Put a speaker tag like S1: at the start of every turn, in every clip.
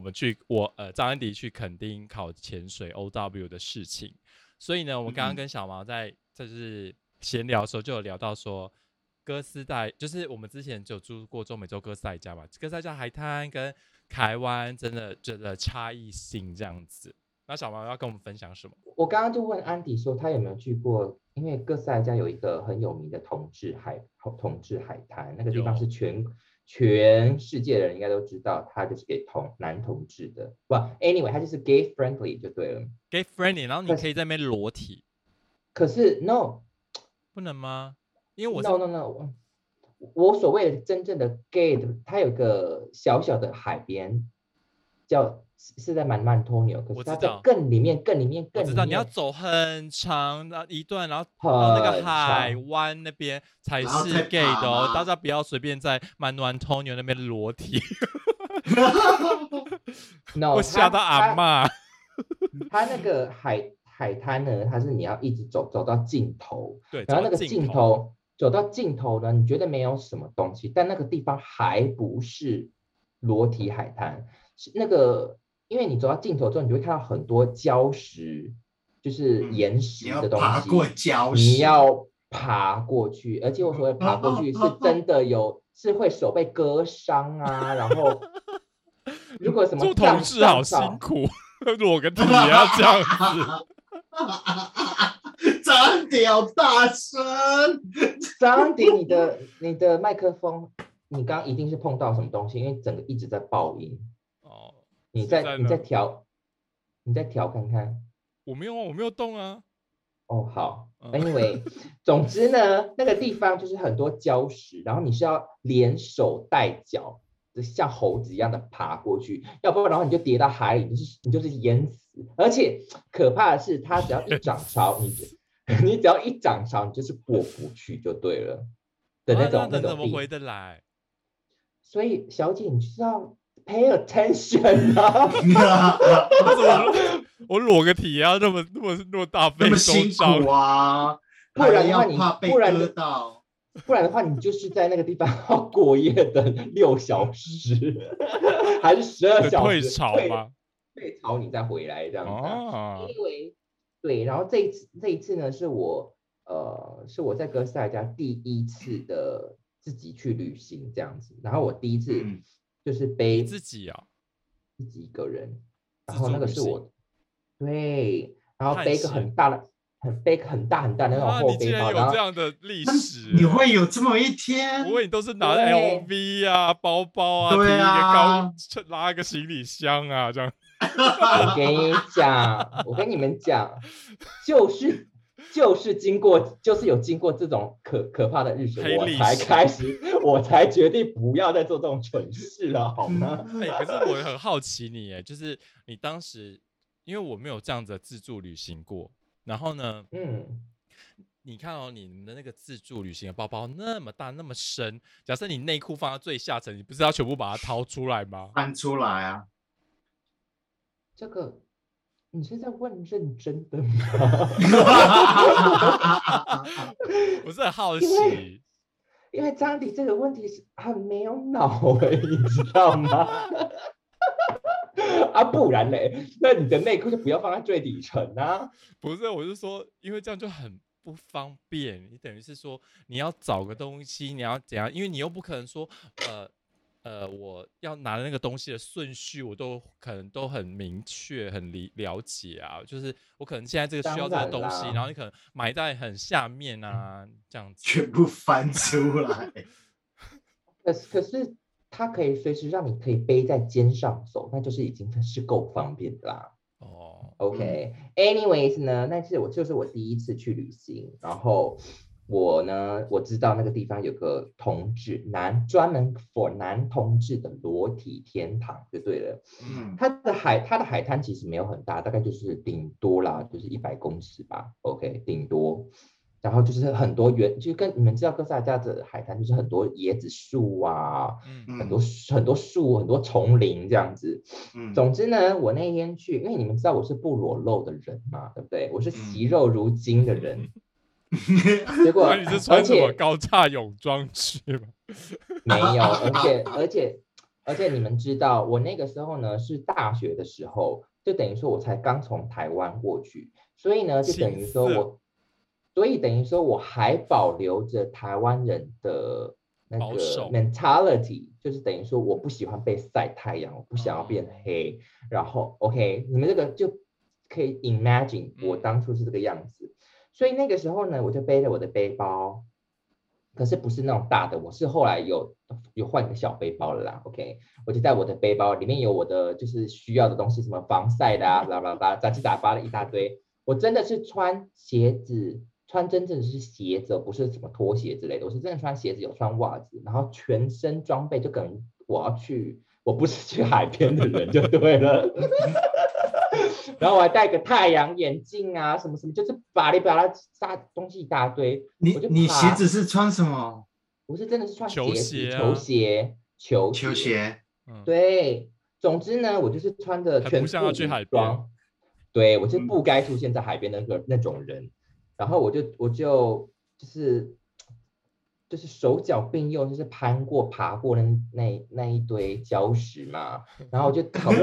S1: 们去我呃张安迪去垦丁考潜水 OW 的事情。所以呢，我们刚刚跟小毛在就是闲聊的时候就有聊到说，哥斯代就是我们之前就住过中美洲哥斯代家嘛，哥斯代家海滩跟台湾真的真的差异性这样子。那小毛要跟我们分享什么？
S2: 我刚刚就问安迪说，他有没有去过？因为哥斯达黎加有一个很有名的同志海同志海滩，那个地方
S1: 有
S2: 是全全世界的人应该都知道，它就是给同男同志的。不，anyway，它就是 gay friendly 就对了。
S1: 给 friendly，然后你可以在那边裸体，
S2: 可是 no
S1: 不能吗？因为我是
S2: no no no，我我所谓的真正的 gay 的，它有一个小小的海边，叫是是在曼曼托纽，可
S1: 我知
S2: 是它在
S1: 道
S2: 更里面更里面
S1: 我
S2: 更里面，
S1: 知道你要走很长的一段，然后
S2: 很
S1: 到那个海
S2: 长
S1: 湾那边才
S3: 然后
S1: 是
S3: 再
S1: gay
S3: 爬
S1: 的哦，
S3: 吗
S1: 大家不要随便在曼努安托尼那边裸体，
S2: no，
S1: 我吓
S2: 它
S1: 到阿
S2: 它
S1: 妈。
S2: 它那个海海滩呢，它是你要一直走走到尽头，
S1: 对，
S2: 然后
S1: 走
S2: 那个
S1: 到
S2: 尽
S1: 尽，
S2: 头走到尽头呢，你觉得没有什么东西，但那个地方还不是裸体海滩，是那个，因为你走到尽头之后，你就会看到很多礁石，就是
S3: 嗯
S2: 岩
S3: 你
S2: 石
S3: 要
S2: 的东
S3: 爬
S2: 西，
S3: 过礁石，
S2: 你要哦爬过去，而且我所谓爬过去是真的有，是会手被割伤啊，然 后如果什么
S1: 做
S2: 藏
S1: 同事好辛
S2: 藏草
S1: 苦， 裸个体也要这样 子。
S3: 张屌大 声，
S2: 张迪，你的 你的麦克风，你刚刚一定是碰到什么东西，因为整个一直在爆音。
S1: 哦，
S2: 你
S1: 是
S2: 再
S1: 在
S2: 你再
S1: 哪
S2: 调，你再调看看。
S1: 我没有啊，我没有动啊。
S2: 哦，好
S1: 嗯
S2: ，Anyway，总之呢，那个地方就是很多礁石，然后你是要连手带脚，就像猴子一样的爬过去，要不然然后你就跌到海里，你就是你就是淹死。而且可怕的是，它只要一涨 潮，你就你只要一涨潮，你就是过不去就对了的
S1: 啊
S2: 那种、那
S1: 等怎
S2: 种
S1: 么
S2: 地
S1: 回得来？
S2: 所以，小姐，你知道 pay attention 啊，
S1: 我怎么 我裸个体也要那么那么那么大费
S3: 那
S1: 周
S3: 么辛
S1: 章？
S3: 苦啊，
S2: 不然
S3: 还
S2: 的话
S3: 要
S2: 你
S3: 怕被
S2: 不然
S3: 割
S2: 的
S3: 到，
S2: 不然的话，你就是在那个地方要过夜的六小时，还是十二
S1: 有
S2: 小
S1: 退
S2: 时？
S1: 潮
S2: 啊退
S1: 吗？
S2: 退潮你再回来这样子啊、
S1: 哦，
S2: 因为对，然后这一次这一次呢，是我呃是我在哥斯达黎加第一次的自己去旅行这样子，然后我第一次
S3: 嗯
S2: 就是背
S1: 你自己啊，
S2: 自己一个人，然
S1: 自
S2: 后
S1: 助
S2: 那个
S1: 旅
S2: 是
S1: 行
S2: 我对，然后
S1: 探
S2: 背一个
S1: 险
S2: 很大的、很背一个很大很大的那种
S1: 啊，
S2: 后
S1: 你竟
S2: 背
S1: 然
S2: 包，
S1: 有
S2: 然后
S1: 这样的历
S3: 那
S1: 史？
S3: 你会有这么一 天？
S1: 我以为你都是拿
S2: 对
S1: LV 啊、包包啊，提
S3: 对啊
S1: 一个高拉个行李箱啊，这样。
S2: 我跟你讲，我跟你们讲，就是就是经过，就是有经过这种可可怕的日子，
S1: 黑
S2: 我
S1: 历
S2: 才
S1: 史
S2: 开始，我才决定不要再做这种蠢事了，好吗？
S1: 哎、可是我很好奇你，哎，就是你当时，因为我没有这样子的自助旅行过，然后呢，
S2: 嗯，
S1: 你看哦，你们的那个自助旅行的包包那么大那么深，假设你内裤放到最下层，你不是要全部把它掏出来吗？
S3: 翻出来啊，
S2: 这个你是在问认真的吗？
S1: 我是很好
S2: 因为
S1: 奇，
S2: 因为张迪这个问题是很没有脑哎、你知道吗？ 啊，不然嘞，那你的内裤就不要放在最底层啊。
S1: 不是，我是说，因为这样就很不方便。你等于是说，你要找个东西，你要怎样？因为你又不可能说，呃呃，我要拿的那个东西的顺序，我都可能都很明确、很理了解啊。就是我可能现在这个需要这个
S2: 当然
S1: 东西，
S2: 啦
S1: 然后你可能埋在很下面啊，这样子。
S3: 全部翻出来，
S2: 可是可是它可以随时让你可以背在肩上走，那就是已经是够方便的啦。
S1: 哦，
S2: OK，anyways、呢，那是我就是我第一次去旅行，然后我呢我知道那个地方有个同志男专门 for 男同志的裸体天堂就对了。
S3: 嗯，
S2: 它的海它的海滩其实没有很大，大概就是顶多啦，就是一百公尺吧。OK，顶多。然后就是很多原，就跟你们知道哥斯达黎加的海滩就是很多椰子树啊，
S1: 嗯，
S3: 嗯
S2: 很多树很多树、很多丛林这样子。
S3: 嗯
S2: 总之呢，我那一天去，因为你们知道我是不裸露的人嘛，对不对？我是
S1: 嗯
S2: 惜肉如金的人。结果，
S1: 那嗯你是
S2: 而
S1: 穿什么
S2: 且
S1: 高叉泳装去吗？
S2: 没有，而且而且而且你们知道，我那个时候呢是大学的时候，就等于说我才刚从台湾过去，所以呢就等于说
S1: 青涩
S2: 我，所以等于说我还保留着台湾人的那
S1: 保
S2: 个
S1: 守
S2: mentality，就是等于说我不喜欢被晒太阳，我不想要变
S1: 哦
S2: 黑，然后 OK，你们这个就可以 imagine 我
S1: 嗯
S2: 当初是这个样子，所以那个时候呢，我就背着我的背包，可是不是那种大的，我是后来有有换一个小背包了啦，OK，我就在我的背包里面有我的就是需要的东西，什么防晒的啊，啦啦啦，杂七杂八的一大堆，我真的是穿鞋子。穿真正的是鞋子哦，不是什么拖鞋之类的。我是真的穿鞋子，有穿袜子，然后全身装备就等于我要去，我不是去海边的人就对了。 然后我还戴个太阳眼镜啊，什么什么，就是巴里巴拉啥东西一大堆。
S3: 你
S2: 我就
S3: 你
S2: 爬
S3: 鞋子是穿什么？
S2: 我是真的是穿
S1: 球
S2: 鞋
S1: 鞋
S2: 子、
S1: 啊
S2: 球鞋、球鞋。
S3: 球鞋。
S1: 嗯，
S2: 对，总之呢，我就是穿着
S1: 还
S2: 全
S1: 不像要
S2: 副
S1: 去
S2: 武
S1: 海边
S2: 装，对我是
S3: 嗯
S2: 不该出现在海边那个那种人。然后我就我就就是就是手脚并用，就是攀过爬过那那那一堆礁石嘛，然后我就跑到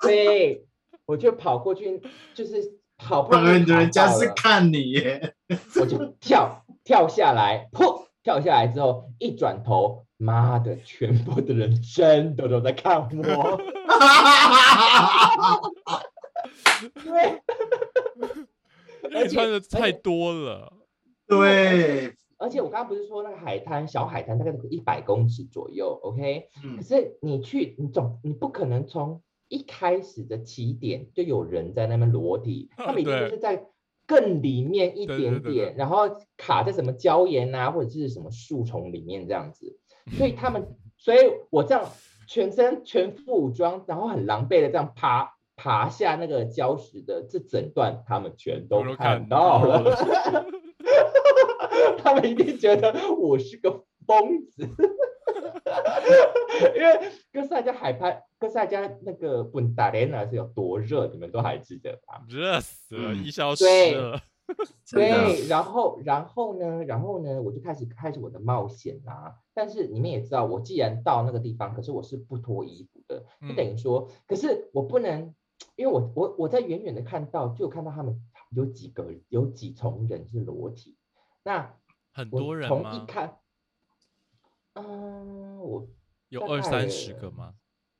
S2: 对，我就跑过去，就是好不
S3: 当
S2: 容易
S3: 然，
S2: 爬
S3: 人家
S2: 到
S3: 是
S2: 了
S3: 看你 耶，
S2: 我就跳跳下来，噗，跳下来之后一转头，妈的，全部的人真的都在看 我，对，
S1: 因为你穿的太多了，
S3: 对，
S2: 而且我刚刚不是说那个海滩小海滩大概一百公尺左右，OK，可
S3: 嗯，
S2: 是你去，你总你不可能从一开始的起点就有人在那边裸体，他们一定
S1: 对
S2: 都是在更里面一
S1: 对
S2: 点
S1: 嗯对
S2: 点，
S1: 对对
S2: 然后卡在什么礁岩啊，或者是什么树丛里面这样子。
S1: 嗯
S2: 所以他们，所以我这样全身全副武装，然后很狼狈的这样爬爬下那个礁石的这整段，他们全都
S1: 我都
S2: 看
S1: 看哦到
S2: 到了，
S1: 了
S2: 他们一定觉得我是个疯子。 因为哥斯达加海滩，哥斯达加那个本达雷纳是有多热，你们都还记得吧？
S1: 热死了，
S3: 嗯
S1: 一消失
S2: 对
S1: 了，
S3: 真的，
S2: 对，然后然后呢，然后呢，我就开始开始我的冒险啦、但是你们也知道，我既然到那个地方，可是我是不脱衣服的，
S3: 嗯
S2: 就等于说，可是我不能，因为我我我在远远的看到，就有看到他们有几个有几重人是裸体，那
S1: 很
S2: 我
S1: 多人
S2: 从一
S1: 吗？
S2: 看，嗯、我
S1: 有
S2: 大
S1: 二三
S2: 概
S1: 十个吗？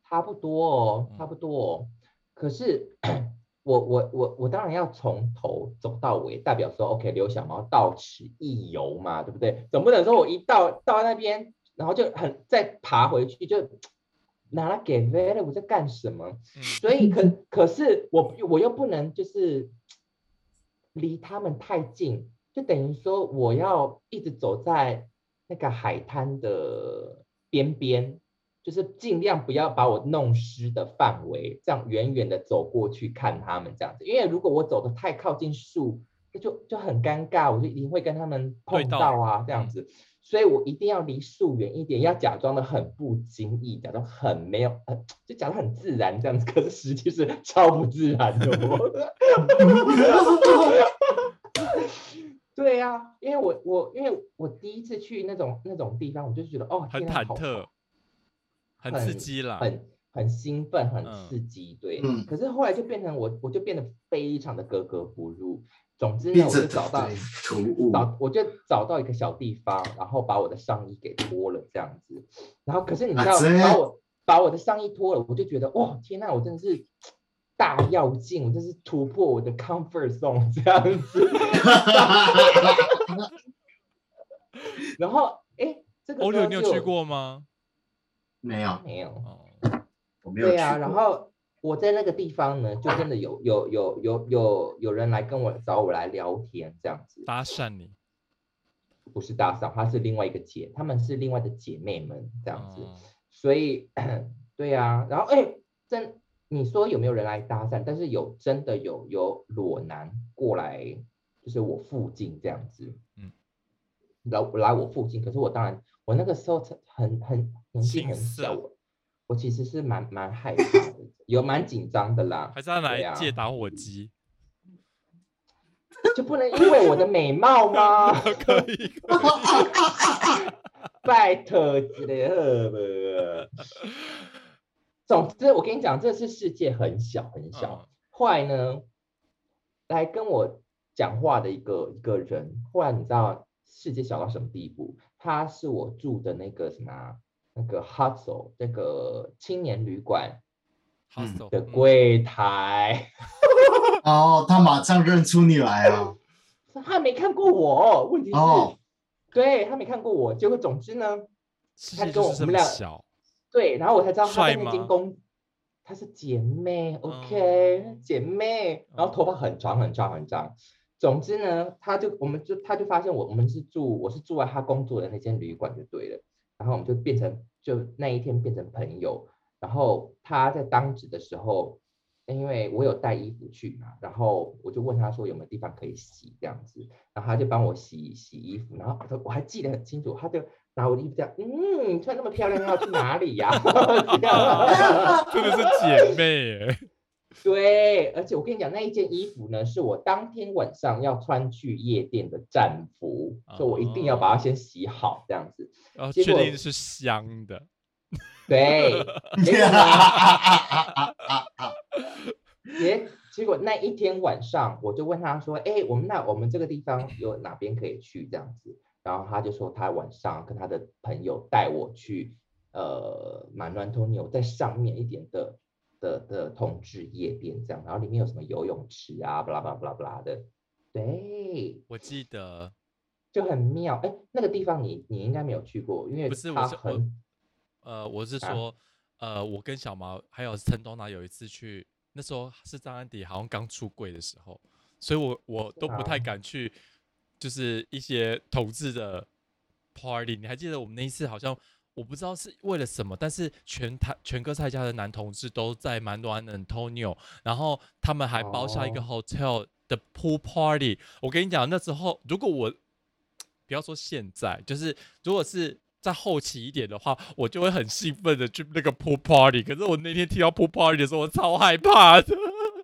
S2: 差不多哦，差
S1: 嗯
S2: 不多哦。可是 我我我我当然要从头走到尾，代表说 OK，刘小毛到此一游嘛，对不对？总不能说我一到到那边，然后就很再爬回去，就拿来给 v e 我在干什么？
S1: 嗯，
S2: 所以可可是我我又不能就是离他们太近，就等于说我要一直走在那个海滩的边边，就是尽量不要把我弄湿的范围，这样远远的走过去看他们这样子。因为如果我走的太靠近树，那就就很尴尬，我就一定会跟他们
S1: 对
S2: 碰
S1: 到
S2: 到啊这样
S1: 嗯
S2: 子。所以我一定要离树远一点，要假装的很不经意，假装很没有，呃、就假装很自然这样子，可是实际是超不自然的我。 对呀、啊，因为我我因为我第一次去那种那种地方，我就觉得哦，
S1: 很
S2: 天啊
S1: 忐
S2: 好
S1: 忑，很
S2: 很
S1: 刺激啦，
S2: 很很兴奋，很
S1: 啊嗯
S2: 刺激，对。
S3: 嗯
S2: 可是后来就变成我，我就变得非常的格格不入。总之呢，
S3: 变
S2: 我
S3: 成
S2: 就找到
S3: 突兀，
S2: 找，我就找到一个小地方，然后把我的上衣给脱了，这样子。然后可是你知道，
S3: 啊这
S2: 把我把我的上衣脱了，我就觉得哇，天呐，我真的是大跃进，我真是突破我的 comfort zone 这样子。然后哎，这个
S1: 欧
S2: 时
S1: 柳，
S2: 候
S1: 你有
S2: 就
S1: 去？过吗？
S3: 没有，
S2: 没有。
S1: 哦，
S3: 我没有去
S2: 对啊，然
S3: 过。
S2: 后我在那个地方呢，就真的有有有有有有人来跟我找我来聊天，这样子
S1: 搭讪你
S2: 不是大嫂，她是另外一个姐，她们是另外的姐妹们这
S1: 这
S2: 样子，所以对啊，然后哎、真你说有没有人来搭讪？但是有真的有有裸男过来，就是我附近这样子，
S1: 嗯，
S2: 来来我附近，可是我当然我那个时候很很年纪
S1: 青
S2: 很
S1: 涩
S2: 小，我我其实是蛮蛮害怕的，有蛮紧张的啦，
S1: 还是他
S2: 对
S1: 来
S2: 啊
S1: 借打火 机？
S2: 就不能因为我的美貌吗？
S1: 哦可以，可以
S2: 拜托之 类的。总之，我跟你讲，这是世界很小很
S1: 嗯
S2: 小。后来呢，来跟我讲话的一个一个人，后来你知道世界小到什么地步？他是我住的那个什么啊那个 hostel 那个青年旅馆
S1: 好
S3: 嗯
S1: 手
S2: 的
S1: 嗯
S2: 柜台，
S3: 哦，他马上认出你来啊了。
S2: 他没看过我，问题是，
S3: 哦
S2: 对他没看过我。结果总之呢，
S1: 世
S2: 他
S1: 界
S2: 跟
S1: 就
S2: 我
S1: 是这
S2: 们
S1: 么
S2: 俩
S1: 小，
S2: 对，然后我才知道她
S1: 帅
S2: 在那
S1: 吗
S2: 间公，她是姐妹，OK，、
S1: 哦
S2: 姐妹，然后头发很长很长很长。总之呢，她就我们就她就发现我我们是住我是住在她工作的那间旅馆就对了，然后我们就变成就那一天变成朋友，然后她在当值的时候。因为我有带衣服去嘛，然后我就问她说有没有地方可以洗这样子，然后她就帮我洗洗衣服，然后我我还记得很清楚，她就拿我的衣服这样，嗯，你穿那么漂亮要去哪里呀、 这样
S1: 真的是姐妹耶，
S2: 对，而且我跟你讲，那一件衣服呢，是我当天晚上要穿去夜店的战服，所以我一定要把它先洗好，这样子。
S1: 然后
S2: 结
S1: 确
S2: 果
S1: 定是香的，
S2: 对，结果呢，啊结结果那一天晚上，我就问他说：“哎、我们那我们这个地方有哪边可以去？”这样子，然后他就说他晚上跟他的朋友带我去呃马暖托纽在上面一点的的的同志夜店这样，然后里面有什么游泳池啊，巴拉巴拉巴拉巴拉的，对，
S1: 我记得
S2: 就很妙。哎，那个地方你你应该没有去过，因为
S1: 不是我
S2: 它
S1: 是我
S2: 很
S1: 呃，我是
S2: 啊
S1: 说，呃，我跟小毛还有陈东娜有一次去，那时候是张安迪好像刚出柜的时候，所以我我都不太
S2: 啊
S1: 敢去，就是一些同志的 party。你还记得我们那一次好像我不知道是为了什么，但是全台全哥蔡家的男同志都在蛮暖 Antonio，然后他们还包下一个
S3: 哦
S1: hotel 的 pool party。我跟你讲，那时候如果我不要说现在，就是如果是在后期一点的话，我就会很兴奋的去那个 pool party。可是我那天听到 pool party 的时候，我超害怕的，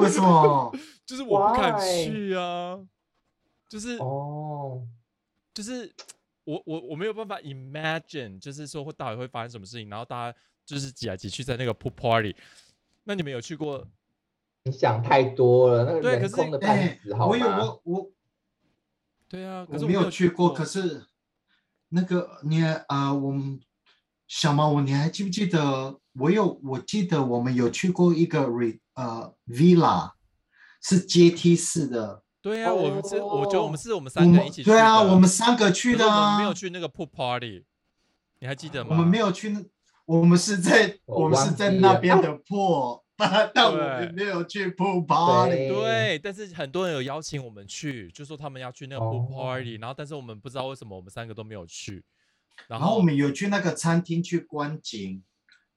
S3: 为什么？
S1: 就是我不敢
S2: Why？
S1: 去啊，就是
S2: 哦，
S1: 就是我我我没有办法 imagine，就是说会到底会发生什么事情，然后大家就是挤来挤去在那个 pool party。那你们有去过？
S2: 你想太多了，那个
S1: 对可
S2: 人
S1: 是
S2: 空的半
S3: 哎
S2: 死，好
S3: 我有
S2: 吗？
S3: 我我
S1: 对啊，可
S3: 我
S1: 是
S3: 没有去过，
S1: 过
S3: 可是那个你啊、我们小毛，我你还记不记得？我有，我记得我们有去过一个 re 呃 villa，是阶梯式的。
S1: 对啊，我们是我觉得我们
S2: 哦
S1: 是我们
S3: 我
S1: 三个人
S3: 们
S1: 一起去
S3: 对啊，
S1: 的
S3: 我们三个去
S1: 可是
S3: 的
S1: 我
S3: 啊，
S1: 们没有去那个 pool party，你还记得吗？
S3: 我们没有去那，我们是在
S2: 我
S3: 我们是在
S2: 忘记
S3: 那
S2: 了
S3: 边的破， 但但我们没有去破 party。
S1: 对，但是很多人有邀请我们去，就说他们要去那个 pool
S2: 哦
S1: party，、然后但是我们不知道为什么我们三个都没有去。然
S3: 然后
S1: 后，
S3: 我们有去那个餐厅去观景，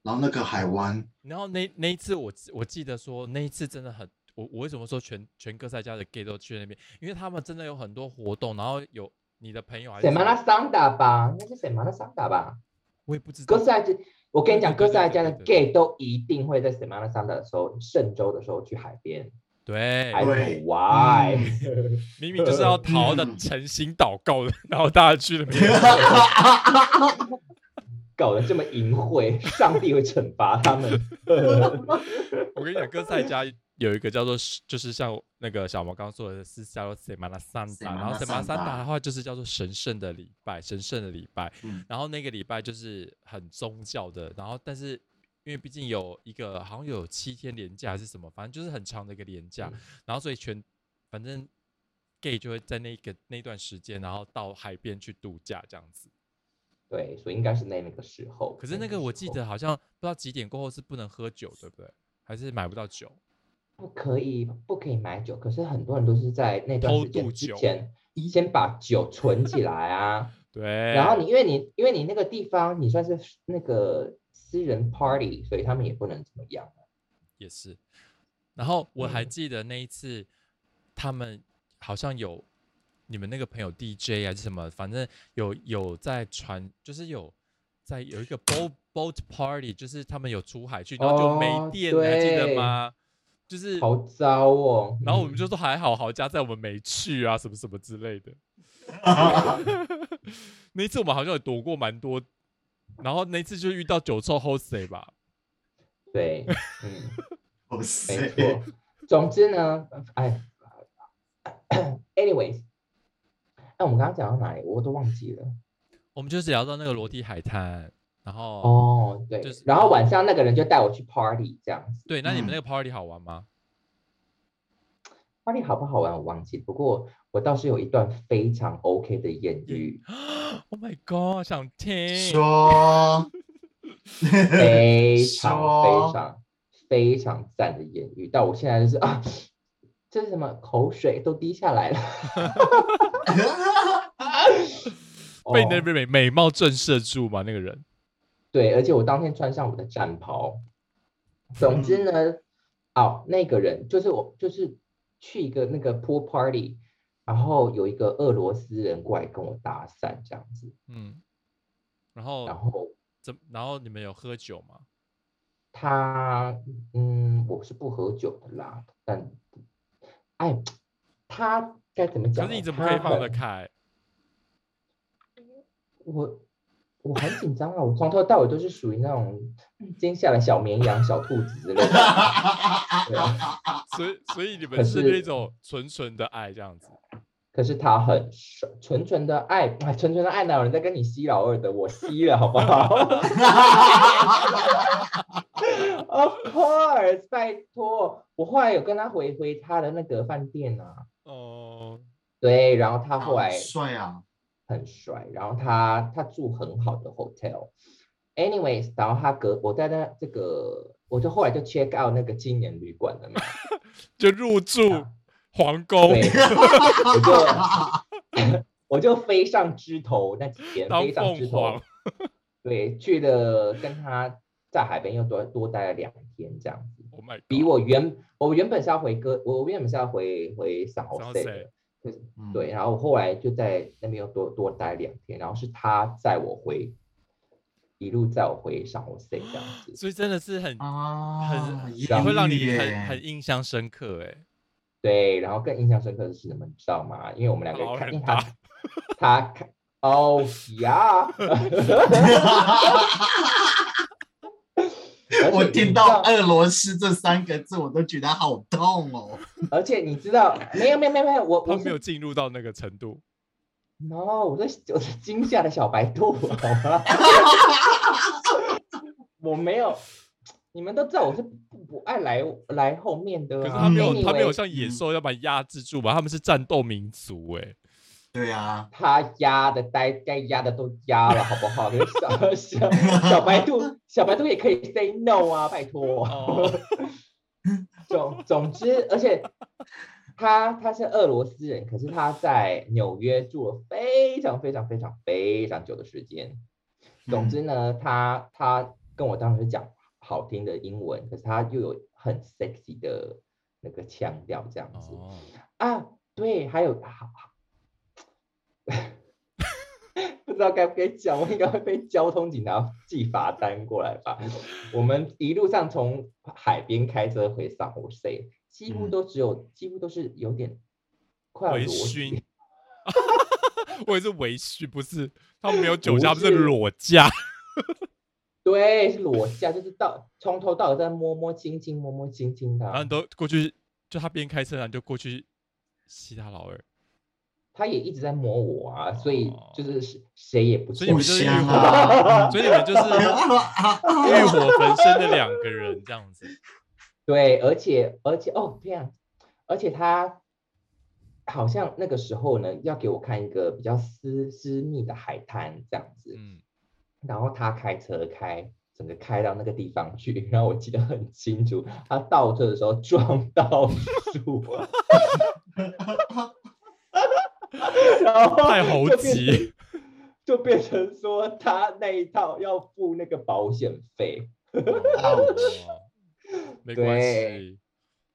S3: 然后那个海湾，
S1: 然后那那一次我记我记得说那一次真的很，我我为什么说全全哥赛家的 gay 都去那边？因为他们真的有很多活动，然后有你的朋友还是
S2: 谁
S1: 什
S2: 马
S1: 么
S2: 拉桑达吧，应该是谁马拉桑达吧？
S1: 我也不知道
S2: 哥斯。达，我跟你讲，
S1: 对对对
S2: 哥斯达家的
S1: 对对对
S2: gay 都一定会在谁马拉桑达的时候，圣周的时候去海边。
S1: 对，
S2: I
S3: 对
S2: don't know why？
S1: 明明就是要逃的
S3: 嗯
S1: 诚心祷告的，然后大家去那边
S2: 搞得这么淫秽，上帝会惩罚他们。
S1: 我跟你讲，哥赛加有一个叫做是，就是像那个小毛刚刚说的是叫做 Semana Santa，然后 Semana
S3: Semana
S1: Santa
S3: Santa
S1: 的话就是叫做神圣的礼拜，神圣的礼拜。
S3: 嗯
S1: 然后那个礼拜就是很宗教的，然后但是因为毕竟有一个好像有七天连假还是什么，反正就是很长的一个连假，
S2: 嗯
S1: 然后所以全反正 gay 就会在那个那段时间，然后到海边去度假这样子。
S2: 对，所以应该是那那个时候。
S1: 可是那个我记得好像不知道几点过后是不能喝酒，对不对？还是买不到酒？
S2: 不可以，不可以买酒。可是很多人都是在那段
S1: 偷
S2: 时间
S1: 渡
S2: 之
S1: 酒
S2: 前，先把酒存起来啊。
S1: 对。
S2: 然后你因为你因为你那个地方你算是那个私人 party，所以他们也不能怎么样。
S1: 也是。然后我还
S2: 嗯
S1: 记得那一次，他们好像有你们那个朋友 DJ 还是什么，反正有有在传，就是有在有一个 boat boat party，就是他们有出海去，然后就没
S2: 哦
S1: 电，你还记得
S2: 对
S1: 吗？就是，
S2: 好糟哦！
S1: 然后我们
S2: 嗯
S1: 就说还好，豪家在我们没去啊，什么什么之类的。 那一次我们好像有躲过蛮多，然后那一次就遇到九臭 Jose 吧，
S2: 对， 嗯，
S3: 哇
S2: 没
S3: 塞，
S2: 错。总之呢，哎 ，anyways，哎，我们刚刚讲到哪里？我都忘记了。
S1: 哦我们就是聊到那个裸体海滩，然后
S2: 哦，对
S1: 就是，
S2: 然后晚上那个人就带我去 party 这样子
S1: 对，那你们
S3: 嗯
S1: 那个 party 好玩吗？
S2: ，party 好不好玩啊我忘记，不过我倒是有一段非常 OK 的艳遇，
S1: Oh my god，想听。
S3: 说，
S2: 非常
S3: 说
S2: 非常非常赞的艳遇，到我现在就是啊，这是什么口水都滴下来了，
S1: 被你
S2: 哦
S1: 的美美貌震慑住吗？那个人，
S2: 对，而且我当天穿上我的战袍。总之呢，哦，那个人就是我，就是去一个那个 pool party，然后有一个俄罗斯人过来跟我搭讪这样子，
S1: 嗯，然后
S2: 然后
S1: 怎？然后你们有喝酒吗？
S2: 他，嗯，我是不喝酒的啦，但，哎，他该怎么讲
S1: 可
S2: 呢？
S1: 是你怎么
S2: 他
S1: 可以放得
S2: 很
S1: 开？
S2: 我我很紧张啊，我从头到尾都是属于那种惊吓的小绵羊、小兔子之类 的。对啊
S1: 所以，所以你们
S2: 可
S1: 是那
S2: 是
S1: 种纯纯的爱这样子。
S2: 可是他很帅，纯纯的爱，哎纯纯的爱，哪有人在跟你吸老二的？我吸了，好不好 ？Of course，拜托，我后来有跟他回回他的那个饭店啊，
S1: 哦，
S2: 对，然后他后
S3: 好
S2: 来
S3: 帅啊！
S2: 很帅，然后他他住很好的 hotel。Anyways，然后他隔我在那这个，我就后来就 check out 那个青年旅馆 了嘛，
S1: 就入住皇宫，
S2: 啊对，我就我就飞上枝头那几天，
S1: 当
S2: 飞上枝
S1: 凤
S2: 头
S1: 凰，
S2: 对，去了跟他在海边又多多待了两天，这样子，
S1: ，Oh my
S2: 比
S1: god！
S2: 我原我原本是要回哥，我我原本是要回回san
S1: San
S2: Jose，
S1: Jose
S2: 的
S1: 嗯
S3: 嗯
S2: 对，，然后我后来就在那边又多多待两天，然后是他载我回，一路载我回 san Jose 这样子，
S1: 所以真的是很
S3: 啊，
S1: 很，
S3: 也
S1: 也会让你
S3: 耶
S1: 很很印象深刻哎。
S2: 对，然后更印象深刻的是什么，你知道吗？因为我们两个
S1: 老
S2: 看，
S1: 人
S2: 因为
S1: 打
S2: 他他看，哦 呀，而
S3: 我
S2: 且
S3: 听
S2: 你
S3: 到哎
S2: 知道
S3: 俄罗斯这三个字，我都觉得好痛哦。
S2: 而且你知道，没有没有没有没有，我
S1: 他
S2: 我
S1: 没有
S2: 是
S1: 进入到那个程度，
S2: no，我是我是惊吓的小白兔，好吗？ 我没有，你们都知道我是不不爱来来后面的、啊，
S1: 可是他没有，他没有
S2: Anyway，
S1: 像野
S3: 嗯
S1: 兽要把你压制住吧？他们是战斗民族哎。
S3: 对啊，
S2: 他压的该该压的都压了，好 不好？可是小小小白兔，小白兔也可以 say no 啊，拜托。
S1: 哦，
S2: 总总之，而且他他是俄罗斯人，可是他在纽约住了非常非常非常非常久的时间。
S1: 嗯
S2: 总之呢，他他跟我当时讲好听的英文，可是他又有很 sexy 的那个腔调，这样子、
S1: 哦，
S2: 啊，对，还有好， 不知道该不该讲，我应该会被交通警察寄罚单过来吧。我们一路上从海边开车回 San Jose，几乎
S3: 嗯
S2: 都只有、几乎都是有点快要
S1: 微
S2: 裸
S1: 醺
S2: 体，。
S1: 我也是微醺，不是他们没有酒驾，他
S2: 不
S1: 们是
S2: 是啊
S1: 裸驾。
S2: 对，是裸下，就是到从头到尾在摸摸亲亲摸摸亲亲的
S1: 然后
S2: 啊、
S1: 你都过去，就他边开车，然后你就过去吸他老二，
S2: 他也一直在摸我啊，所以
S1: 哦
S2: 就是谁谁也不
S1: 所
S2: 是
S1: 以你
S3: 互
S1: 们就是欲
S3: 相
S1: 火，
S3: 啊，
S1: 所以你们就是欲火焚身的两个人这样子。
S2: 对，而且而且哦天啊，而且他好像那个时候呢，要给我看一个比较私私密的海滩这样子，
S1: 嗯，
S2: 然后他开车开，整个开到那个地方去，然后我记得很清楚，他倒车的时候撞到树啊，然后
S1: 太猴
S2: 就变
S1: 急
S2: 成，就变成说他那一套要付那个保险费，
S1: 哦没关
S2: 对
S1: 系，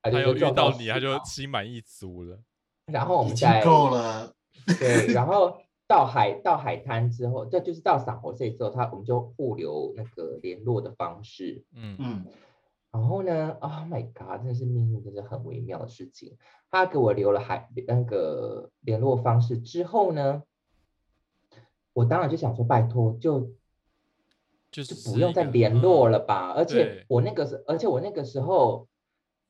S2: 他
S1: 他
S2: 就
S1: 有
S2: 说
S1: 遇
S2: 撞啊
S1: 到你，
S2: 树
S1: 他就
S2: 嘛
S1: 心满意足了。
S2: 然后我
S3: 已
S2: 们
S3: 经
S2: 再
S3: 够了。
S2: 对，然后到海到海滩之后，这就是到散活这之后，他我们就互留那个联络的方式。
S1: 嗯，
S3: 嗯，
S2: 然后呢，Oh my God，真的是命运，真的很微妙的事情。他给我留了海那个联络方式之后呢，我当然就想说，拜托，就
S1: 就
S2: 就是不用再联络
S1: 了。
S2: 了吧。而且
S1: 嗯对
S2: 我那个时，而且我那个时候，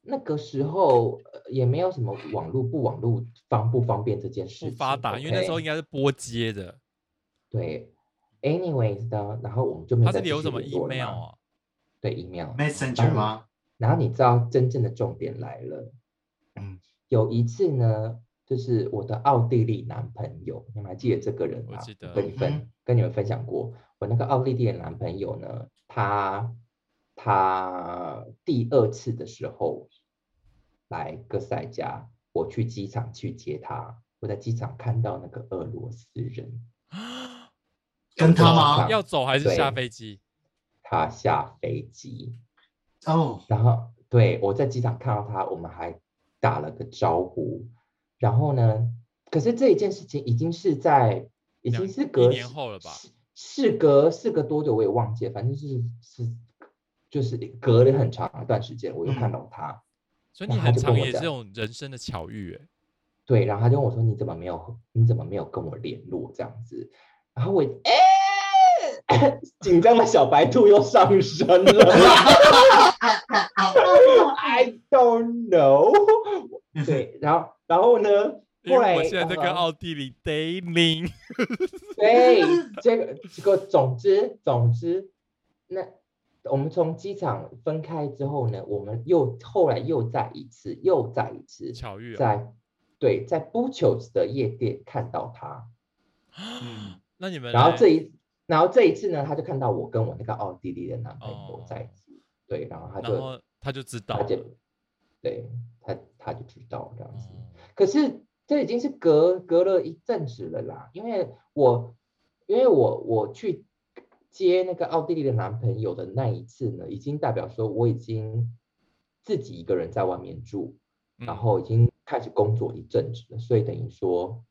S2: 那个时候呃也没有什么网络不网络方不方便这件事
S1: 不
S2: 情，
S1: 发达，因为那时候
S2: OK？
S1: 应该是拨接的。
S2: 对，anyways 的，然后我们就没
S1: 他
S2: 有
S1: 是
S2: 再继
S1: 留
S2: 续
S1: 什么
S2: 联络了
S1: email
S2: 嘛
S1: 啊？
S2: 对 email，嗯
S3: Messenger 吗？
S2: 然后你知道真正的重点来了，
S3: 嗯，
S2: 有一次呢，就是我的奥地利男朋友，你们还记得这个人
S1: 我
S2: 吗？
S1: 记得
S2: 跟你
S3: 嗯哼
S2: 分跟你们分享过，我那个奥地利的男朋友呢，他他第二次的时候来哥斯达黎加，我去机场去接他，我在机场看到那个俄罗斯人，
S3: 跟他吗
S2: 啊？
S1: 要走还是
S2: 对
S1: 下飞机？
S2: 他下飞机，
S3: 哦，
S2: 然后对我在机场看到他，我们还打了个招呼。然后呢，可是这一件事情已经是在已
S1: 两
S2: 经是
S1: 一
S2: 隔
S1: 年
S2: 十
S1: 后了吧
S2: 是是隔是隔多久我也忘记了，反正就是是就是隔了很长一段时间，我又看
S3: 嗯
S2: 到他。
S1: 所以
S2: 然
S1: 你
S2: 后
S1: 很
S2: 他就跟
S1: 常
S2: 我
S1: 也是
S2: 讲
S1: 这种人生的巧遇，哎，
S2: 对，然后他就问我说：“你怎么没有和？你怎么没有跟我联络？”这样子，然后我哎、紧张的小白兔又上身了。I don't know 。 对，然后然后呢？
S1: 因
S2: 后来
S1: 为我现在在跟
S2: 然后
S1: 奥地利 dating，
S2: 对，这个这个，总之总之，那我们从机场分开之后呢，我们又后来又再一次，又再一次
S1: 巧遇啊。
S2: 在对在 b u c h o s 的夜店看到他。
S3: 嗯
S1: 那你们
S2: 然后
S1: 嘞
S2: 这一，然后这一次呢，他就看到我跟我那个奥地利的男朋友
S1: 哦
S2: 在一起，对，然后他
S1: 然
S2: 就
S1: 后他就知道
S2: 他
S1: 了。
S2: 就，对他他就知道这样子。
S1: 哦
S2: 可是这已经是隔隔了一阵子了啦，因为我因为我我去接那个奥地利的男朋友的那一次呢，已经代表说我已经自己一个人在外面住，然
S1: 嗯
S2: 后已经开始工作一阵子了，所以等于说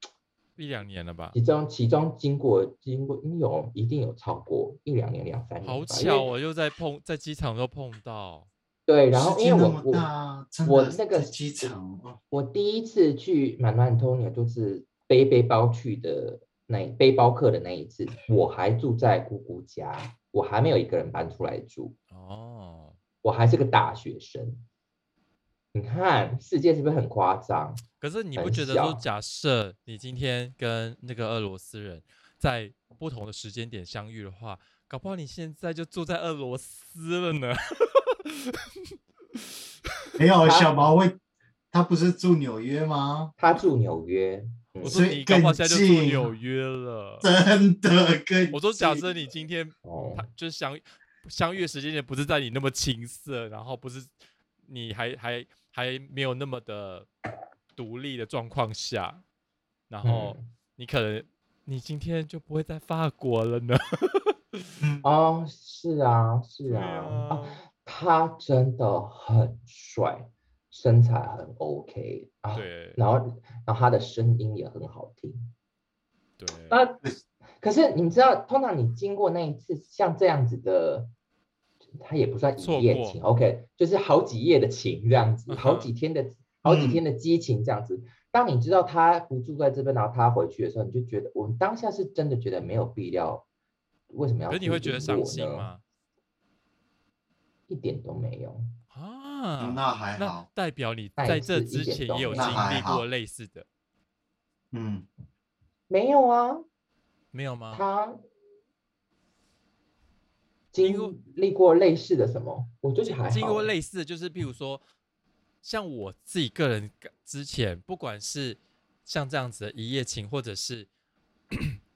S1: 一两年了吧？
S2: 其中其中经过经过应有一定有超过一两年两三年吧，
S1: 好
S2: 因为
S1: 巧，我哦又在碰在机场又碰到，
S2: 对，然后
S3: 世界
S2: 因为
S3: 嗯那
S2: 我
S3: 么
S2: 我
S3: 大，真
S2: 我
S3: 的
S2: 那个
S3: 在机场，哦
S2: 我第一次去满曼托尼亚就是背背包去的那背包客的那一次，我还住在姑姑家，我还没有一个人搬出来住，
S1: 哦，
S2: 我还是个大学生。你看世界是不是很夸张？
S1: 可是你不
S2: 很
S1: 觉得说，
S2: 小
S1: 假设你今天跟那个俄罗斯人在不同的时间点相遇的话，搞不好你现在就住在俄罗斯了呢？
S3: 没有
S2: 他
S3: 小毛会，他不是住纽约吗？
S2: 他住纽约，嗯
S1: 我说
S3: 所以
S1: 你搞不好
S3: 更
S1: 现在就住
S3: 近
S1: 纽约了。
S3: 真的跟
S1: 我说，假设你今天
S2: 哦
S1: 他就是相相遇的时间点不是在你那么青涩，然后不是你还还还没有那么的独立的状况下，然后
S2: 嗯
S1: 你可能你今天就不会在法国了呢。
S3: 嗯
S2: 哦，是啊，是
S1: 对
S2: 啊，啊，
S1: 啊
S2: 他真的很帅，身材很 OK 啊，
S1: 对
S2: 然后然后他的声音也很好听。
S1: 对，
S2: 那可是你知道，通常你经过那一次像这样子的，他也不算
S1: 错
S2: 一夜
S1: 过嗯
S2: 情，OK，就是好几夜的情这样子，好几天的好几天的激情这样子。当你知道他不住在这边，然后他回去的时候，你就觉得我们当下是真的觉得没有必要，为什么要
S1: 可是
S2: 去联
S1: 你
S2: 络呢？
S1: 会觉得伤心吗？
S2: 一点都没有。
S1: 啊，
S3: 嗯那还
S1: 那
S3: 好，
S1: 代表你
S2: 那一
S1: 在这
S2: 次
S1: 之
S2: 一点
S1: 前
S2: 都
S1: 也有
S2: 没
S1: 经
S3: 有那还
S1: 历
S3: 好
S1: 过类似的，
S3: 嗯，
S2: 没有啊，
S1: 没有吗？
S2: 他
S1: 经过
S2: 经历过类似的什么，我觉得
S1: 经
S2: 还
S1: 经
S2: 好
S1: 过
S2: 欸。
S1: 类似的就是，譬如说，像我自己个人感之前，不管是像这样子的一夜情，或者是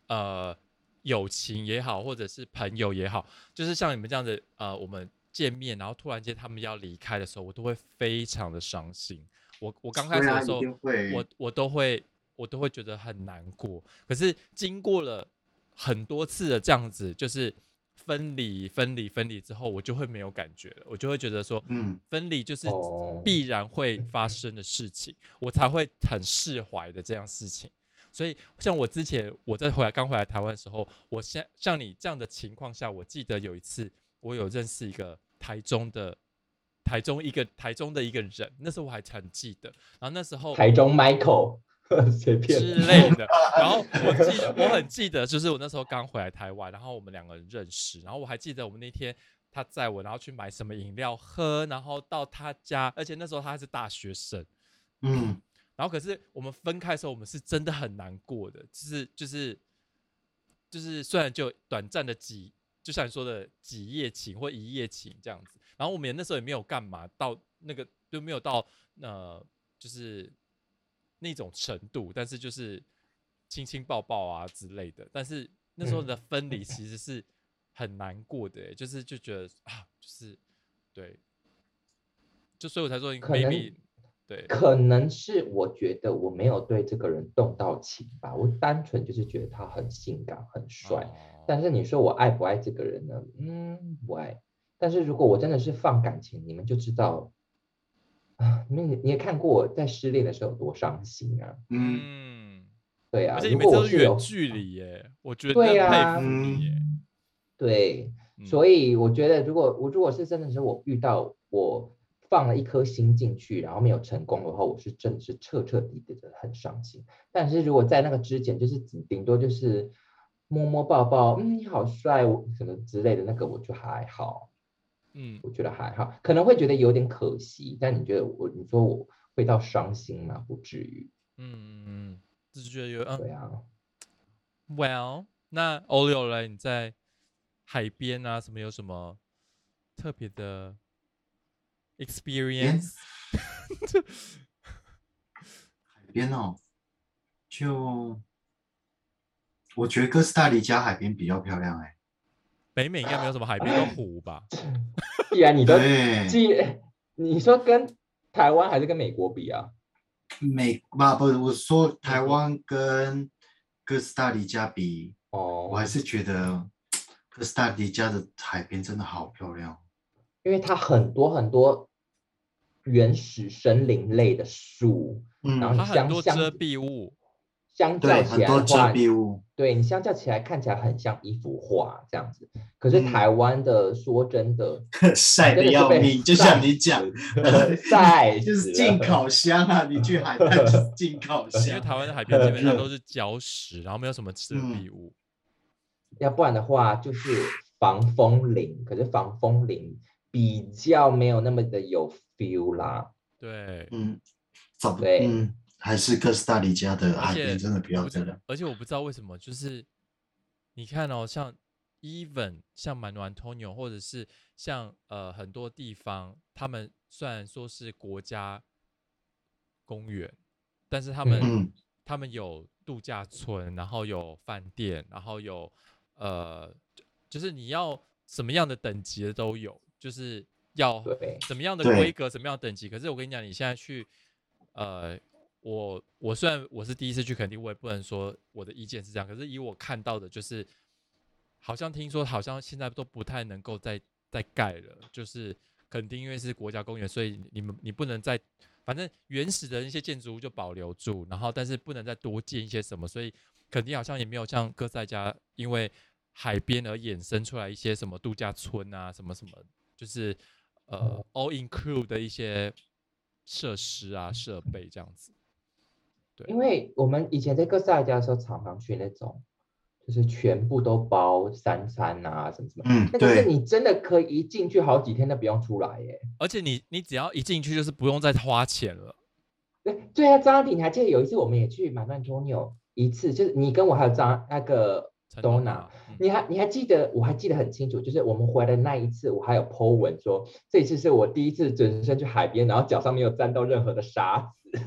S1: 呃友情也好，或者是朋友也好，就是像你们这样子，呃，我们见面，然后突然间他们要离开的时候，我都会非常的伤心。我我刚开始
S3: 对啊
S1: 的时候
S3: 一定，会
S1: 我我都会我都会觉得很难过。可是经过了很多次的这样子，就是分离、分离、分离之后，我就会没有感觉了，我就会觉得说，
S3: 嗯，
S1: 分离就是
S2: 哦
S1: 必然会发生的事情，我才会很释怀的这样事情。所以，像我之前我在回来刚回来台湾的时候，我像像你这样的情况下，我记得有一次我有认识一个台中的台中一个台中的一个人，那时候我还很记得。然后那时候
S2: 台中 Michael， 随便
S1: 之类的。然后我记得，我很记得，就是我那时候刚回来台湾，然后我们两个人认识，然后我还记得我们那天他载我，然后去买什么饮料喝，然后到他家，而且那时候他还是大学生，
S3: 嗯，
S1: 然后可是我们分开的时候，我们是真的很难过的，就是就是就是虽然就短暂的几，就像你说的几夜情或一夜情这样子，然后我们也那时候也没有干嘛到那个就没有到呃就是那种程度，但是就是亲亲抱抱啊之类的，但是那时候的分
S2: 嗯
S1: 离其实是很难过的、就是就觉得啊，就是对，就所以我才说
S2: 可能
S1: maybe 对。
S2: 可能是我觉得我没有对这个人动到情吧，我单纯就是觉得他很性感、很帅。
S1: 哦
S2: 但是你说我爱不爱这个人呢？嗯，不爱。但是如果我真的是放感情，你们就知道 啊，你们你也看过我在失恋的时候有多伤心啊。
S3: 嗯
S1: 嗯，
S2: 对啊，
S1: 而且你
S2: 如
S1: 们
S2: 果
S1: 都
S2: 我
S1: 是
S2: 是有
S1: 远距离耶，我觉得
S2: 对
S1: 佩
S2: 啊
S1: 服你耶。嗯
S2: 对，嗯所
S1: 以
S2: 以我觉得，如果我如果是真的是我遇到我放了一颗心进去，然后没有成功的话，我是真的是彻彻底底的很伤心。但是如果在那个之前，就是顶顶多就是摸摸抱抱，嗯，你好帅，我什么之类的那个，我就还好，
S1: 嗯，
S2: 我觉得还好，可能会觉得有点可惜。但你觉得我，你说我会到伤心吗？不至于。
S1: 嗯嗯嗯，就是觉得有嗯
S2: 对啊，
S1: ，Well，那 Olio 嘞，你在海边啊什么有什么特别的 experience？
S3: 海边哦，就我觉得哥斯达黎加海边比较漂亮哎、
S1: 北美应该没有什么海边跟湖吧？
S2: 既然你都
S3: 对，
S2: 既 你说跟台湾还是跟美国比啊？
S3: 美吧不，我说台湾跟哥斯达黎加比，
S2: 哦，
S3: 我还是觉得哥斯达黎加的海边真的好漂亮。
S2: 因为它很多很多原始森林类的树，然后
S3: 嗯，
S1: 它很
S2: 啊香
S1: 多
S2: 香
S1: 遮蔽物，
S2: 相较
S3: 对，
S2: 起
S3: 很
S2: 来
S3: 多
S2: 的
S3: 遮
S2: 话，
S3: 蔽 物。
S2: 对你相较起来看起来很像一幅画这样子。可是台湾的，说真的，
S3: 晒
S2: 真
S3: 的
S2: 的是
S3: 嗯要
S2: 被
S3: 命，就
S2: 晒
S3: 像你讲，
S2: 死 晒
S3: 就
S2: 死
S3: 是
S2: 了
S3: 进烤 箱啊，你去海滩就是进烤
S1: 因为
S3: 箱。
S1: 台湾的海
S2: 呃
S1: 边基本上都是礁石，然后没有什么遮
S2: 嗯
S1: 蔽物。
S2: 要不然的话就是防风林，可是防风林比较没有那么的有 feel 啦。
S1: 对，
S3: 嗯，找不
S2: 对
S3: 嗯，还是哥斯达黎加的
S1: 而
S3: 海
S1: 且
S3: 边真的比
S1: 我
S3: 较
S1: 不知
S3: 漂亮。
S1: 而且我不知道为什么，就是你看哦，像 even 像马努安托尼奥，或者是像呃很多地方，他们虽然说是国家公园，但是他们、
S3: 嗯
S1: 他们有度假村，然后有饭店，然后有呃，就就是你要什么样的等级的都有，就是要
S2: 对
S1: 怎么样的
S3: 对
S1: 规格，怎么样的等级。可是我跟你讲，你现在去，呃，我我虽然我是第一次去垦丁，我也不能说我的意见是这样，可是以我看到的，就是好像听说好像现在都不太能够再再盖了，就是垦丁因为是国家公园，所以你们你不能再。反正原始的那些建筑物就保留住，然后但是不能再多建一些什么，所以肯定好像也没有像哥斯达黎加因为海边而衍生出来一些什么度假村啊，什么什么，就是呃 all include 的一些设施啊、设备这样子。对
S2: 因为我们以前在哥斯达黎加的时候，常常去那种，就是全部都包三餐啊，什么什么。
S3: 嗯，
S2: 那个是
S3: 对，
S2: 你真的可以一进去好几天都不用出来耶。
S1: 而且你你只要一进去就是不用再花钱了，
S2: 对对啊，张阿迪，你还记得有一次我们也去马曼托纽一次，就是你跟我还有张那个
S1: 陈董
S2: Donna，
S1: 啊嗯
S2: 你还你还记得？我还记得很清楚，就是我们回来的那一次，我还有 po 文说，这一次是我第一次转身去海边，然后脚上没有沾到任何的沙子。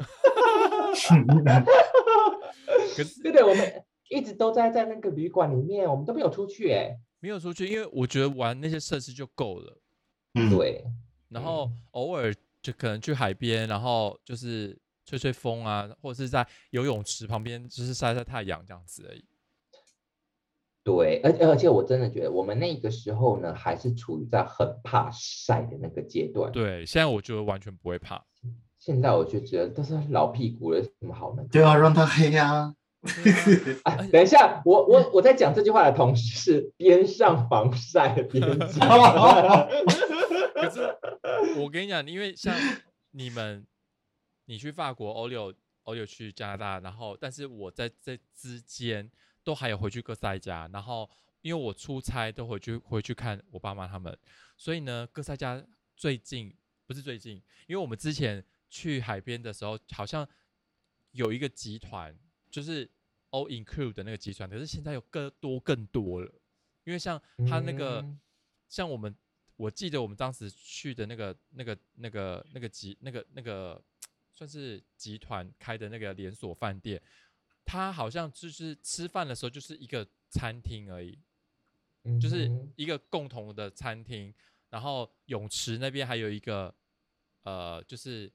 S1: 可是
S2: 对对，我们一直都在在那个旅馆里面，我们都没有出去哎。
S1: 没有出去，因为我觉得玩那些设施就够了。
S3: 嗯，
S2: 对，
S1: 然后偶尔就可能去海边，然后就是吹吹风啊，或者是在游泳池旁边就是晒晒太阳这样子而已。
S2: 对，而且而且我真的觉得我们那个时候呢，还是处于在很怕晒的那个阶段。
S1: 对，现在我觉得完全不会怕。
S2: 现在我就觉得都是老屁股了，有什么好那个？
S3: 对啊，让它黑啊。
S2: 啊，等一下，我我我在讲这句话的同时是边上防晒 边讲，
S1: 可是我跟你讲，因为像你们，你去法国欧柳我有去加拿大，然后但是我在这之间都还有回去哥斯达黎加，然后因为我出差都回去回去看我爸妈他们，所以呢，哥斯达黎加最近不是最近，因为我们之前去海边的时候，好像有一个集团就是 all include 的那个集团，可是现在有更多更多了，因为像他那个、
S2: 嗯
S1: 像我们。我记得我们当时去的那个、那个、那个、那个集、那个、那个，算是集团开的那个连锁饭店，它好像就是吃饭的时候就是一个餐厅而已，就是
S2: 嗯
S1: 一个共同的餐厅，然后泳池那边还有一个，呃，就是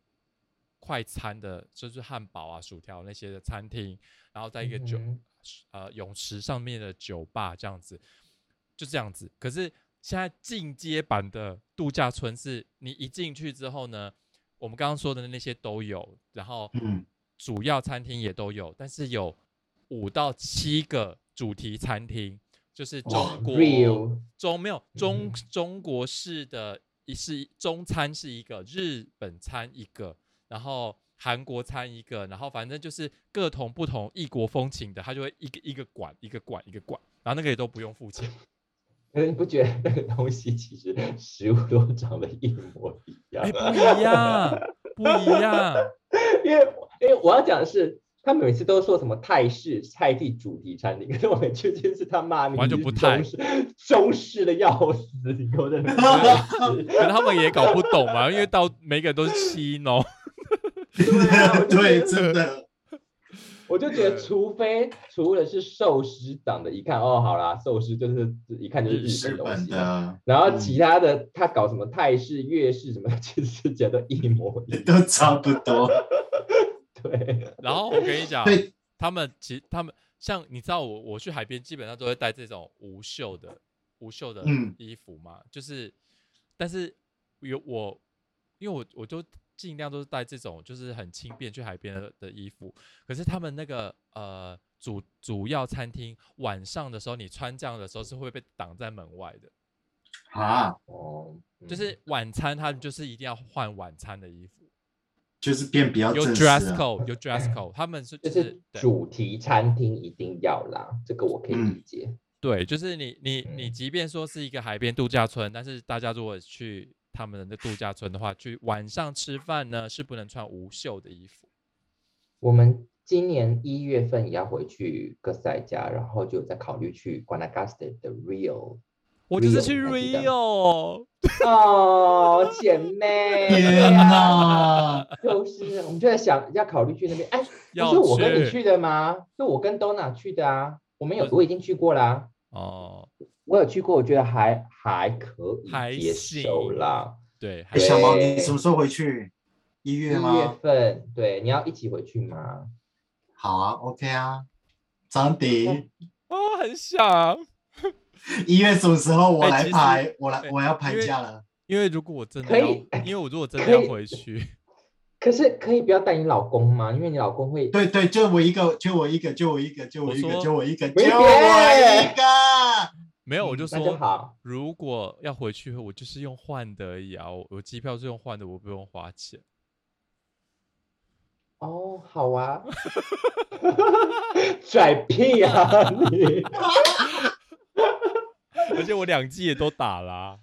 S1: 快餐的，就是汉堡啊、薯条那些的餐厅，然后在一个酒、
S2: 嗯
S1: 呃泳池上面的酒吧这样子，就这样子。可是现在进阶版的度假村是，你一进去之后呢，我们刚刚说的那些都有，然后
S3: 嗯
S1: 主要餐厅也都有，但是有五到七个主题餐厅，就是
S3: 哇
S1: 中国。
S2: real
S1: 中没有中、
S2: 嗯
S1: 中国式的一是中餐是一个，日本餐一个，然后韩国餐一个，然后反正就是各同不同异国风情的，他就会一个一个管一个管一个管，然后那个也都不用付钱。
S2: 可是你不觉得那个东西其实食物都长得一模一样
S1: 哎、？不一样，不一样。
S2: 因为因为我要讲的是，他每次都说什么泰式菜地主题餐厅，可 是我每次就是他妈明
S1: 完
S2: 明
S1: 全
S2: 是
S1: 不泰
S2: 中式中式的要死，你给我在那边吃
S1: 可能他们也搞不懂嘛，因为到每个人都是七喏。
S3: 对，啊真的，
S2: 我就觉得，除非除了是寿司长得，一看哦，好啦，寿司就是一看就是
S3: 日
S2: 日本东
S3: 本
S2: 西嘛。
S3: 的嗯
S2: 然后其他的，他搞什么泰式、粤式什么，其实觉得一模一样。
S3: 都差不多。
S2: 对，
S1: 然后我跟你讲，
S3: 对，
S1: 他们其实他们像你知道我我去海边基本上都会带这种无袖的无袖的
S3: 嗯
S1: 衣服嘛，就是但是有我因为我我就尽量都是带这种就是很轻便去海边的的衣服，可是他们那个呃主主要餐厅晚上的时候你穿这样的时候是会被挡在门外的，
S3: 啊，
S2: 哦，
S1: 就
S2: 嗯
S1: 是晚餐他们就是一定要换晚餐的衣服，
S3: 啊就是变比较
S1: 有
S3: 正式
S1: dress
S3: 了。
S1: code 有 dress code，他们是
S2: 就
S1: 就是是对
S2: 主题餐厅一定要啦，这个我可以
S3: 嗯
S2: 理解。
S1: 对，就是你你你，
S2: 嗯
S1: 即便说是一个海边度假村，但是大家如果去他们的度假村的话，去晚上吃饭呢是不能穿无袖的衣服。
S2: 我们今年一月份也要回去哥斯达黎加，然后就在考虑去 Guanacaste 的 Rio。
S1: 我就是
S2: Rio，
S1: 去
S2: 啊你还记得
S1: Rio，
S2: 哦，姐妹，
S3: 天哪！
S2: 就是我们就在想要考虑去那边。哎，
S1: 要
S2: 不是我跟你
S1: 去
S2: 去的吗？是我跟 Donna 去的啊。我们有我已经去过啦，
S1: 哦，
S2: 我有去过，我觉得还还可
S1: 还
S2: 以接受
S1: 行
S2: 啦。
S1: 对，还
S3: 哎，
S2: 对
S3: 小毛，你什么时候回去？一
S2: 一
S3: 月
S2: 月
S3: 吗？
S2: 份，对，你要一起回去吗？
S3: 好啊，OK 啊。张迪，
S1: 哦，很想，
S3: 一月什么时候我
S1: 哎
S3: 来
S1: 其实
S3: 排？我
S1: 哎
S3: 来，我要
S1: 因
S3: 排
S1: 为
S3: 假了。
S1: 因为如果我真的
S2: 可
S1: 要
S2: 以，
S1: 因为我如果真的
S2: 可
S1: 要
S2: 以
S1: 回去，
S2: 可是可以不要带你老公吗？因为你老公会
S3: 对对，就我一个，就我一个，就我一个，就我一
S1: 我
S3: 个，
S1: 说
S3: 就我一个，
S2: 没
S3: 就我一
S2: 别
S3: 个。
S1: 没有我就
S2: 嗯那就
S1: 说，
S2: 好。
S1: 如果要回去，我就是用换的而已啊，我我机票是用换的，我不用花钱。
S2: 哦，好啊，拽屁啊你！
S1: 而且我两季也都打啦、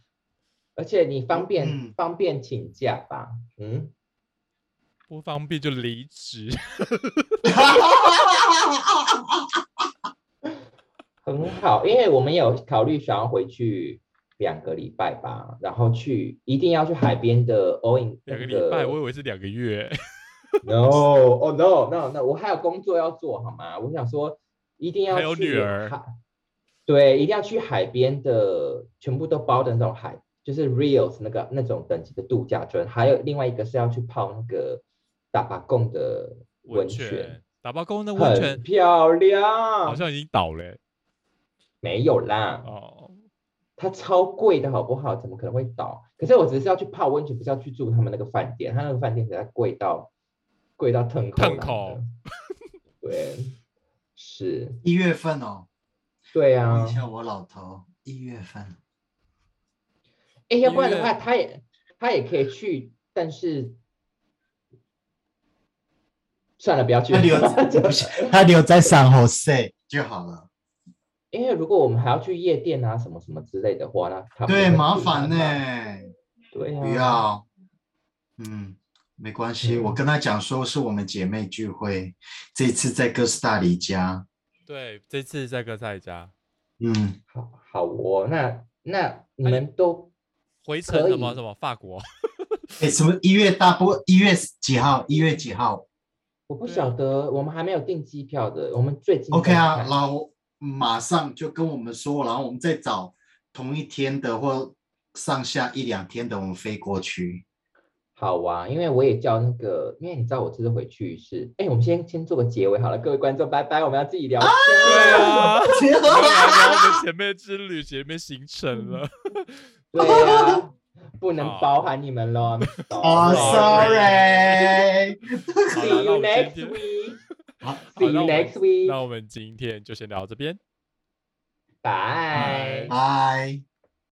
S2: 而且你方便、
S3: 嗯
S2: 方便请假吧？嗯，
S1: 不方便就离职。
S2: 很好，因为我们有考虑想要回去两个礼拜吧，然后去一定要去海边的 all in
S1: 两个
S2: 那
S1: 礼拜，我以为是两个月。
S2: no 哦 no no no，我还有工作要做好吗？我想说一定要
S1: 还有
S2: 去
S1: 女儿
S2: 海，对，一定要去海边的，全部都包的那种海，就是 Rios 那个那种等级的度假村，还有另外一个是要去泡那个打巴贡的温泉，，
S1: 打包公的温
S2: 很
S1: 泉
S2: 漂亮，
S1: 好像已经倒了欸、
S2: 没有啦，
S1: 哦。
S2: 它超贵的好不好？怎么可能会倒？可是我只是要去泡温泉，不是要去住他们那个饭店，他那个饭店实在贵到贵到腾空
S1: 腾
S2: 腾
S1: 口，
S2: 对，是，
S3: 一月份哦，
S2: 对啊
S3: 问一，下我老头，一 月份。
S2: 哎，要不然的话，
S1: 因
S2: 他也他也可以去，但是算了，不要去
S3: 他。留 不是他留在 San Jose 就好了。
S2: 因为如果我们还要去夜店啊，什么什么之类的话，那他们
S3: 对，
S2: 就很
S3: 麻
S2: 麻
S3: 烦呢、
S2: 嘛对啊呀、
S3: 不要，嗯，没关系，
S2: 嗯
S3: 我跟他讲说是我们姐妹聚会，这一次在哥斯达黎加，
S1: 对，这次在哥斯达黎加
S3: 嗯，
S2: 好好哦，那那你
S1: 哎
S2: 们都
S1: 回程
S2: 可
S1: 什么
S2: 以
S1: 什么法 国，
S3: 哎，什么一月大波，一月几号？一月几号
S2: 我不
S1: 对啊
S2: 晓得，我们还没有订机票的，我们最近
S3: ？OK
S2: 在
S3: 啊，
S2: 看
S3: 然后马上就跟我们说，然后我们再找同一天的或上下一两天的，我们飞过 去。
S2: 好啊，因为我也叫那个，因为你知道我这次回去是，哎，我们先先做个结尾好了，各位观众，拜拜，我们要自己聊天。
S1: 对啊，我们聊我们姐妹之旅、姐妹行程 了。
S2: 对 啊，不能
S1: 好
S2: 包含你们喽。I'm
S3: 哦
S1: sorry
S3: ，sorry，
S1: 好
S2: See
S1: 啦那我
S2: you
S1: 们今
S2: next
S1: 天
S2: week.
S3: 好
S1: 那
S2: See you
S1: 我们
S2: next week.
S1: 那我们今天就先聊到这边，
S2: Bye.
S1: 拜
S3: 拜。